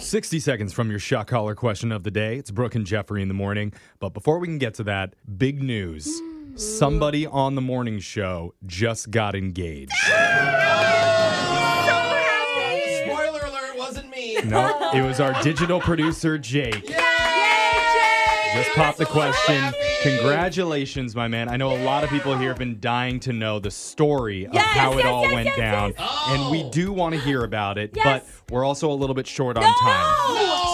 60 seconds from your shot collar question of the day. It's Brooke and Jeffrey in the morning. But before we can get to that, big news. Somebody on the morning show just got engaged. Spoiler alert, wasn't me. No, it was our digital producer, Jake. Just pop the question. Congratulations, my man. I know a lot of people here have been dying to know the story of Yes, how it yes, all yes, went yes, down. yes. And we do want to hear about it, Yes. but we're also a little bit short on No! time.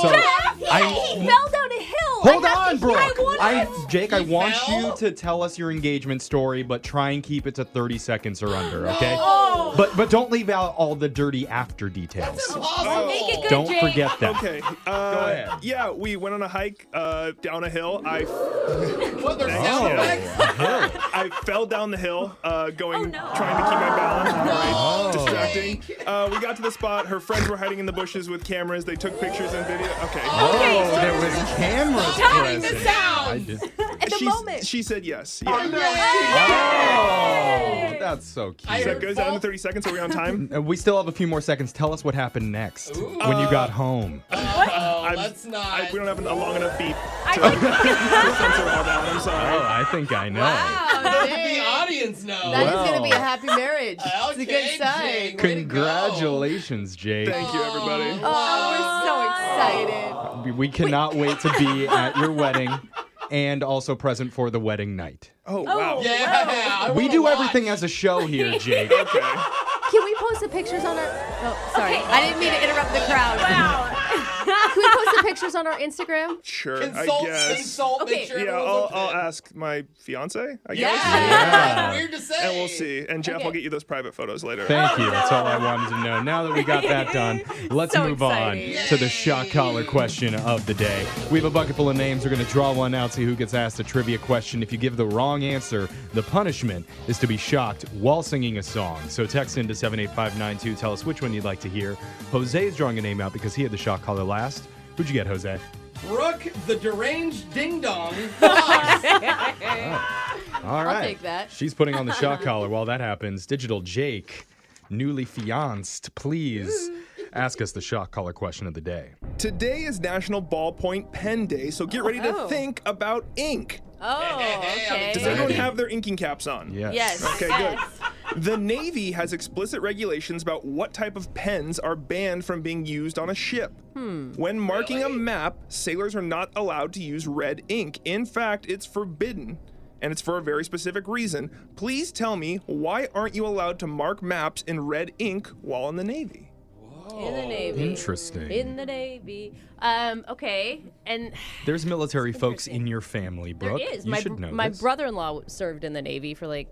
So Jeff, I- he fell down a hill. Hold I have on, to- Brooke. I want I, Jake, I He want fell? you to tell us your engagement story, but try and keep it to 30 seconds or under, okay? Oh. But but don't leave out all the dirty after details. Impossible. Make it good, Don't Jake. forget that. Okay. Uh, ahead. Yeah, we went on a hike uh, down a hill. I, What, Oh. there's Thanks, sound yeah. effects? I fell down the hill, uh, going Oh, no. trying to keep my balance. Oh. Right, distracting. Uh, we got to the spot. Her friends were hiding in the bushes with cameras. They took pictures and video. Okay. Oh, there was cameras Timing the present. sound. I did- At the She's- moment. Oh, She said yes. Yeah. Oh, that's so I cute. That goes out in 30 seconds. Are we on time? And Uh, we still have a few more seconds. Tell us what happened next when you got home. Oh, I'm- let's not. I, we don't have a long enough beat. I Censor all that. I'm sorry. Oh, I think I know. the audience knows. That is Wow. gonna be a happy marriage. it's Okay, a good sign. Jake, way to go. Congratulations, Jake. Thank you, everybody. Oh. Oh, we're so excited. We- We cannot wait to be at your wedding and also present for the wedding night. Oh, wow. Yeah. I We wanna do watch. everything as a show here, Jake. Okay. Can we post the pictures on our? Oh, sorry, Okay. I didn't mean to interrupt the crowd. wow. Can we post the pictures on our Instagram? Sure. Consult, I guess. consult, Okay. make sure Yeah, I'll, everyone's I'll okay. ask my fiance, I Yeah. guess. Yeah. Weird to say. And we'll see. And Jeff, Okay. I'll get you those private photos later. Thank you. That's all I wanted to know. Now that we got that done, let's So move exciting. on to the shock collar question of the day. We have a bucket full of names. We're going to draw one out, see who gets asked a trivia question. If you give the wrong answer, the punishment is to be shocked while singing a song. So text into 78592. Tell us which one you'd like to hear. Jose is drawing a name out because he had the shock collar last. Who'd you get, Jose? Brooke, the deranged ding dong. Fox. All right. take that. She's putting on the shock collar while that happens. Digital Jake, newly fianced, please ask us the shock collar question of the day. Today is National Ballpoint Pen Day, so get ready to Oh. think about ink. Oh, okay. Does everyone have their inking caps on? Yes. Yes. Okay, good. The Navy has explicit regulations about what type of pens are banned from being used on a ship. Hmm. When marking a map, sailors are not allowed to use red ink. In fact, it's forbidden, and it's for a very specific reason. Please tell me why aren't you allowed to mark maps in red ink while in the Navy? In the navy. Interesting. In the navy. Um. Okay. And There's military folks in your family, there Brooke. is You my should know my this. brother-in-law served in the navy for like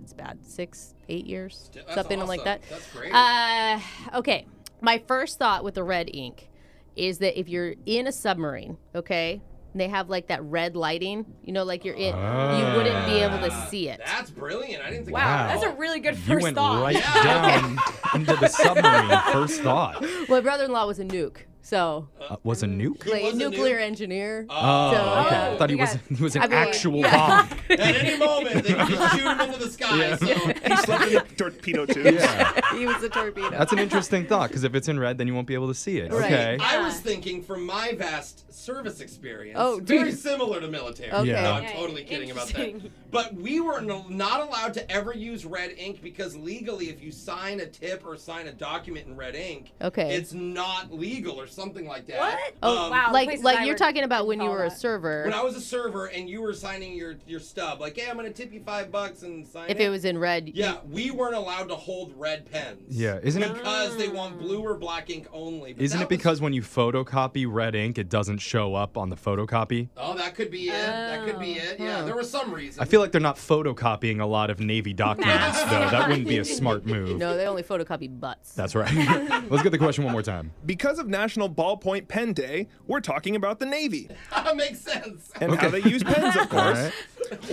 it's bad six eight years That's something like awesome. that. That's great. Uh, okay. My first thought with the red ink is that if you're in a submarine, okay, and they have like that red lighting, you know, like you're in, Ah. you wouldn't be able to see it. That's brilliant. I didn't think Wow, Wow. that's a really good You first went thought. right down into the submarine. First thought My brother-in-law was a nuke, so Uh, was a nuke. like Oh, was a nuclear engineer. Oh, So, okay. uh, I thought he you was got- he was an I mean, actual yeah. bomb. At any moment, they can just shoot him into the sky. So He slept in a torpedo tube. Yeah. he was a torpedo. Ah. That's an interesting thought because if it's in red, then you won't be able to see it. Right. Okay. I was thinking from my vast service experience, Oh, very dude. similar to military. Okay. Yeah. No, I'm Okay, totally kidding about that. interesting. But we were no, not allowed to ever use red ink because legally, if you sign a tip or sign a document in red ink, Okay. it's not legal or something like that. What? Oh, Um, wow. like places like I you're worked talking about when you call were a that. server. When I was a server and you were signing your, your stub, like, hey, I'm going to tip you five bucks and sign if it was in red, Yeah, we weren't allowed to hold red pens. Yeah. Isn't it? Because they Ah. want blue or black ink only. But Isn't that it was- because when you photocopy red ink, it doesn't show up on the photocopy? Oh, that could be it. That could be it. Yeah, there was some reason. Oh, I feel like they're not photocopying a lot of Navy documents, though. That wouldn't be a smart move. no, they only photocopy butts. That's right. Let's get the question one more time. Because of National Ballpoint Pen Day, we're talking about the Navy that makes sense. and how they use pens, of All course. right.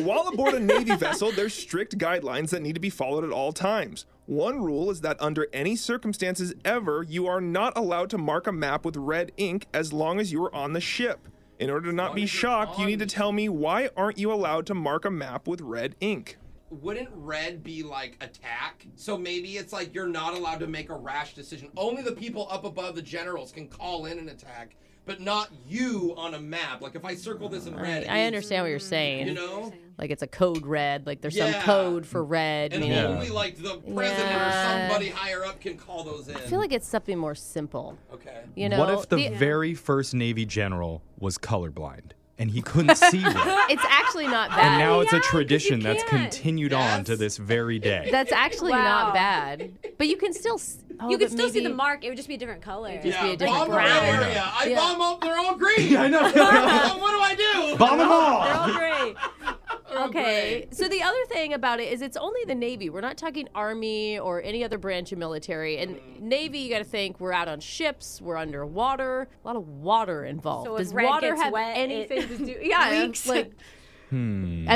While aboard a Navy vessel, there's strict guidelines that need to be followed at all times. One rule is that under any circumstances ever, you are not allowed to mark a map with red ink as long as you are on the ship. In order to not be shocked, you need to tell me why aren't you allowed to mark a map with red ink? wouldn't red be like attack? So maybe it's like you're not allowed to make a rash decision. Only the people up above the generals can call in an attack, but not you on a map. Like if I circle this in red, I understand what you're saying. You know, Like it's a code red. Like there's some Yeah. code for red. and meaning- only like the president Yeah. or somebody higher up can call those in. I feel like it's something more simple. okay. You know, what if the, very first Navy general was colorblind and he couldn't see red? it's actually not bad. And now it's a yeah, 'cause you tradition that's can't. continued on to Yes. this very day. That's actually not Wow. bad. But you can still. s- Oh, you could but still see the maybe- mark. It would just be a different color. just be a different bomb brown. red area. I Yeah. bomb all. They're all green. I know. what do I do? Bomb them They're all! all gray. They're all Okay. gray. So the other thing about it is it's only the Navy. We're not talking Army or any other branch of military. And Mm. Navy, you got to think we're out on ships, we're underwater, a lot of water involved. So if Does red water gets have wet, it Mm. anything to do? Yeah, leaks. like. I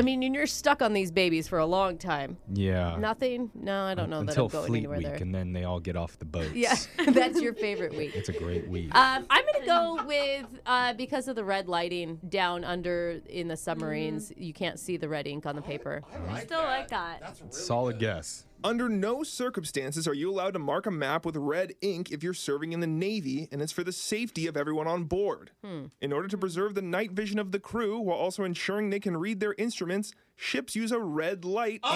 mean, and you're stuck on these babies for a long time. Yeah. Nothing? No, I don't know Mm. Until that I'm going Fleet anywhere Week, there. and then they all get off the boats. Yeah, that's your favorite week. It's a great week. Um, I'm gonna go with uh, because of the red lighting down under in the submarines, you can't see the red ink on the paper. I like Still that. like that. That's really Solid good. guess. Under no circumstances are you allowed to mark a map with red ink if you're serving in the Navy, and it's for the safety of everyone on board. In order to preserve the night vision of the crew while also ensuring they can read their instruments, ships use a red light Ah.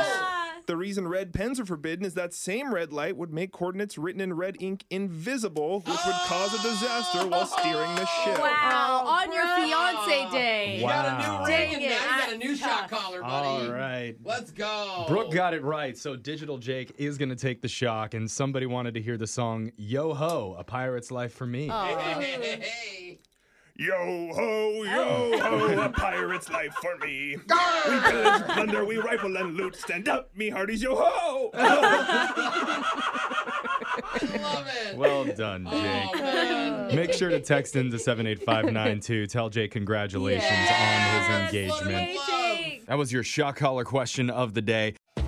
indoors. The reason red pens are forbidden is that same red light would make coordinates written in red ink invisible, which would cause a disaster while steering the ship. Oh, on your fiance day. You Wow. got a new ring and Dang now it, you got a that's new shot collar, buddy. All right. Let's go. Brooke got it right. So Digital Jake is going to take the shock, and somebody wanted to hear the song Yo Ho, A Pirate's Life for Me. Hey, hey, hey. Yo ho, yo ho, a pirate's life for me. We pillage, plunder, we rifle and loot. Stand up, me hearties, yo ho! I love it. Well done, oh, Jake. man. Make sure to text into 78592. Tell Jay congratulations on Yes! his engagement. Wait. Amazing. That was your shock collar question of the day.